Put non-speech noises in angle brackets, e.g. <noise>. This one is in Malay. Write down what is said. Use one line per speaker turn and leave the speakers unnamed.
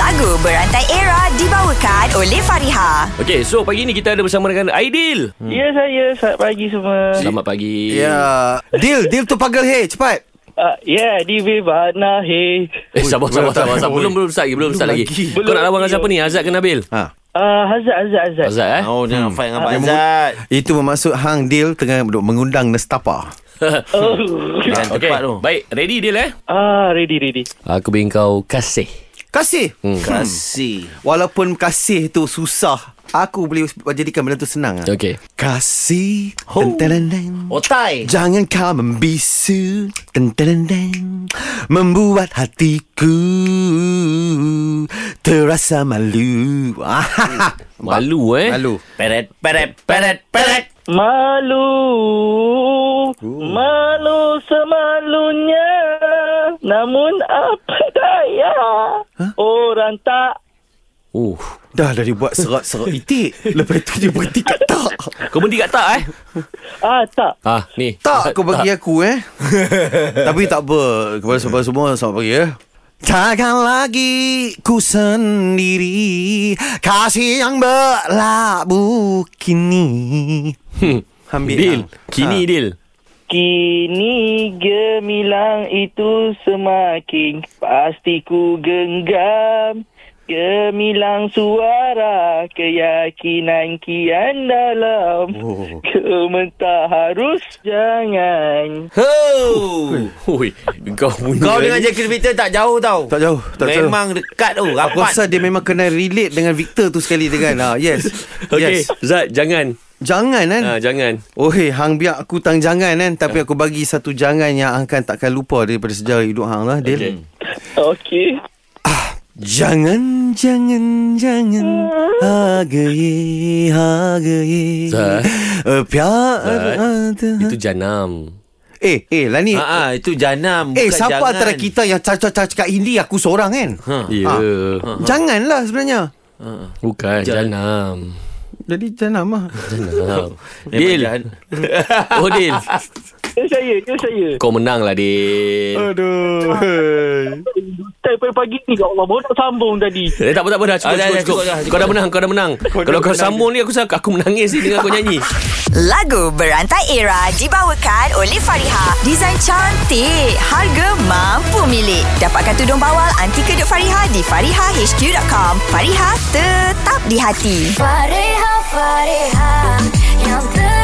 Lagu Berantai Era dibawakan oleh Fariha.
Okey, so pagi ni kita ada bersama dengan Aidil.
Ya saya Selamat pagi semua
Selamat pagi.
Ya. Deal, deal tu pagal hey, cepat.
uh, Ya yeah, di Vivana Hey
Eh, sabar,
Ui,
sabar,
berantai.
sabar. sabar. Belum, belum start lagi. Belum, start lagi. Eh.
Belum
Kau nak lawan dengan
lagi.
siapa ni? Azad ke Nabil?
Ha.
uh, Hazat Hazat Hazat
Azad eh?
Oh, jangan hmm. fight dengan Pak
Dia
Azad.
Itu bermaksud hang deal tengah duk mengundang
oh.
nestapa.
Jangan
Okey,
tepat tu.
baik. Ready Dil eh?
<laughs> Ah, ready ready
Aku beri kau kasih.
Kasih.
Kasih.
Walaupun kasih tu susah, aku boleh jadikan benda tu senang. ah.
Okey.
Kasih.
Ho.
Tentenendeng.
Otai.
Jangan kau membisu Tentenendeng Membuat hatiku Terasa <laughs> malu
Malu eh?
Malu
Peret, peret, peret, peret.
Malu Malu semalunya Namun apa daya Orang tak
Oh.
Dah dah dia buat serat-serat itik Lepas tu dia berhenti <laughs> kat tak
Kau berhenti kat tak eh?
Ah tak
Ah, ni.
Tak kau bagi aku <laughs> eh Tapi tak apa Kepada semua semua Selamat pagi eh Takkan lagi ku sendiri Kasih yang berlabuh kini Ambil
Dil.
hang.
Kini
Ha.
Dil.
Kini gemilang itu semakin Pasti ku genggam Gemilang suara keyakinan kian dalam oh. Kementah harus jangan
Ho.
Hui, kau punya.
Kau dengan Jackie Victor tak jauh tau.
Tak jauh Tak jauh
Memang dekat tu.
Aku
Rapat.
rasa dia memang kena relate dengan Victor tu sekali dengan ha, Yes
Okey,
Yes
Zat jangan.
Jangan kan
Ah, jangan.
Oh hey, hang biar aku tang jangan kan Tapi aku bagi satu jangan yang hang kan takkan lupa Daripada sejarah hidup hang lah Dil
Okey.
Okey
Jangan, jangan, <laughs> jangan Hargai, hargai
Zat.
Eh, Piar
Zat,
Itu
Itu janam.
Eh, eh lah ni
Ah, ah, itu janam.
Eh,
bukan
siapa
jangan.
antara kita yang cakap-cakap cakap Hindi Aku seorang kan
Ha.
Ya.
Ah. Janganlah sebenarnya
Bukan
Jan-
janam.
Jadi jangan lah
Janam.
Memang
Dil.
jahan-
<laughs> Oh Dil.
Itu saya, itu saya
Kau menang lah Dil.
Aduh <laughs>
Saya pagi ni Ya Allah, baru nak sambung tadi
Eh, tak apa tak apa dah cukup
Ah, dah,
cukup,
dah,
cukup.
cukup dah,
Kau
cukup
dah
dah.
menang kau dah menang. Kalau kau sambung ni aku sa- aku menangis ni dengar kau nyanyi.
Lagu Berantai Era dibawakan oleh Fariha. Desain cantik, harga mampu milik. Dapatkan tudung bawal anti kedut Fariha di farihahq.com. Fariha tetap di hati.
Fareha, Fareha, yang ter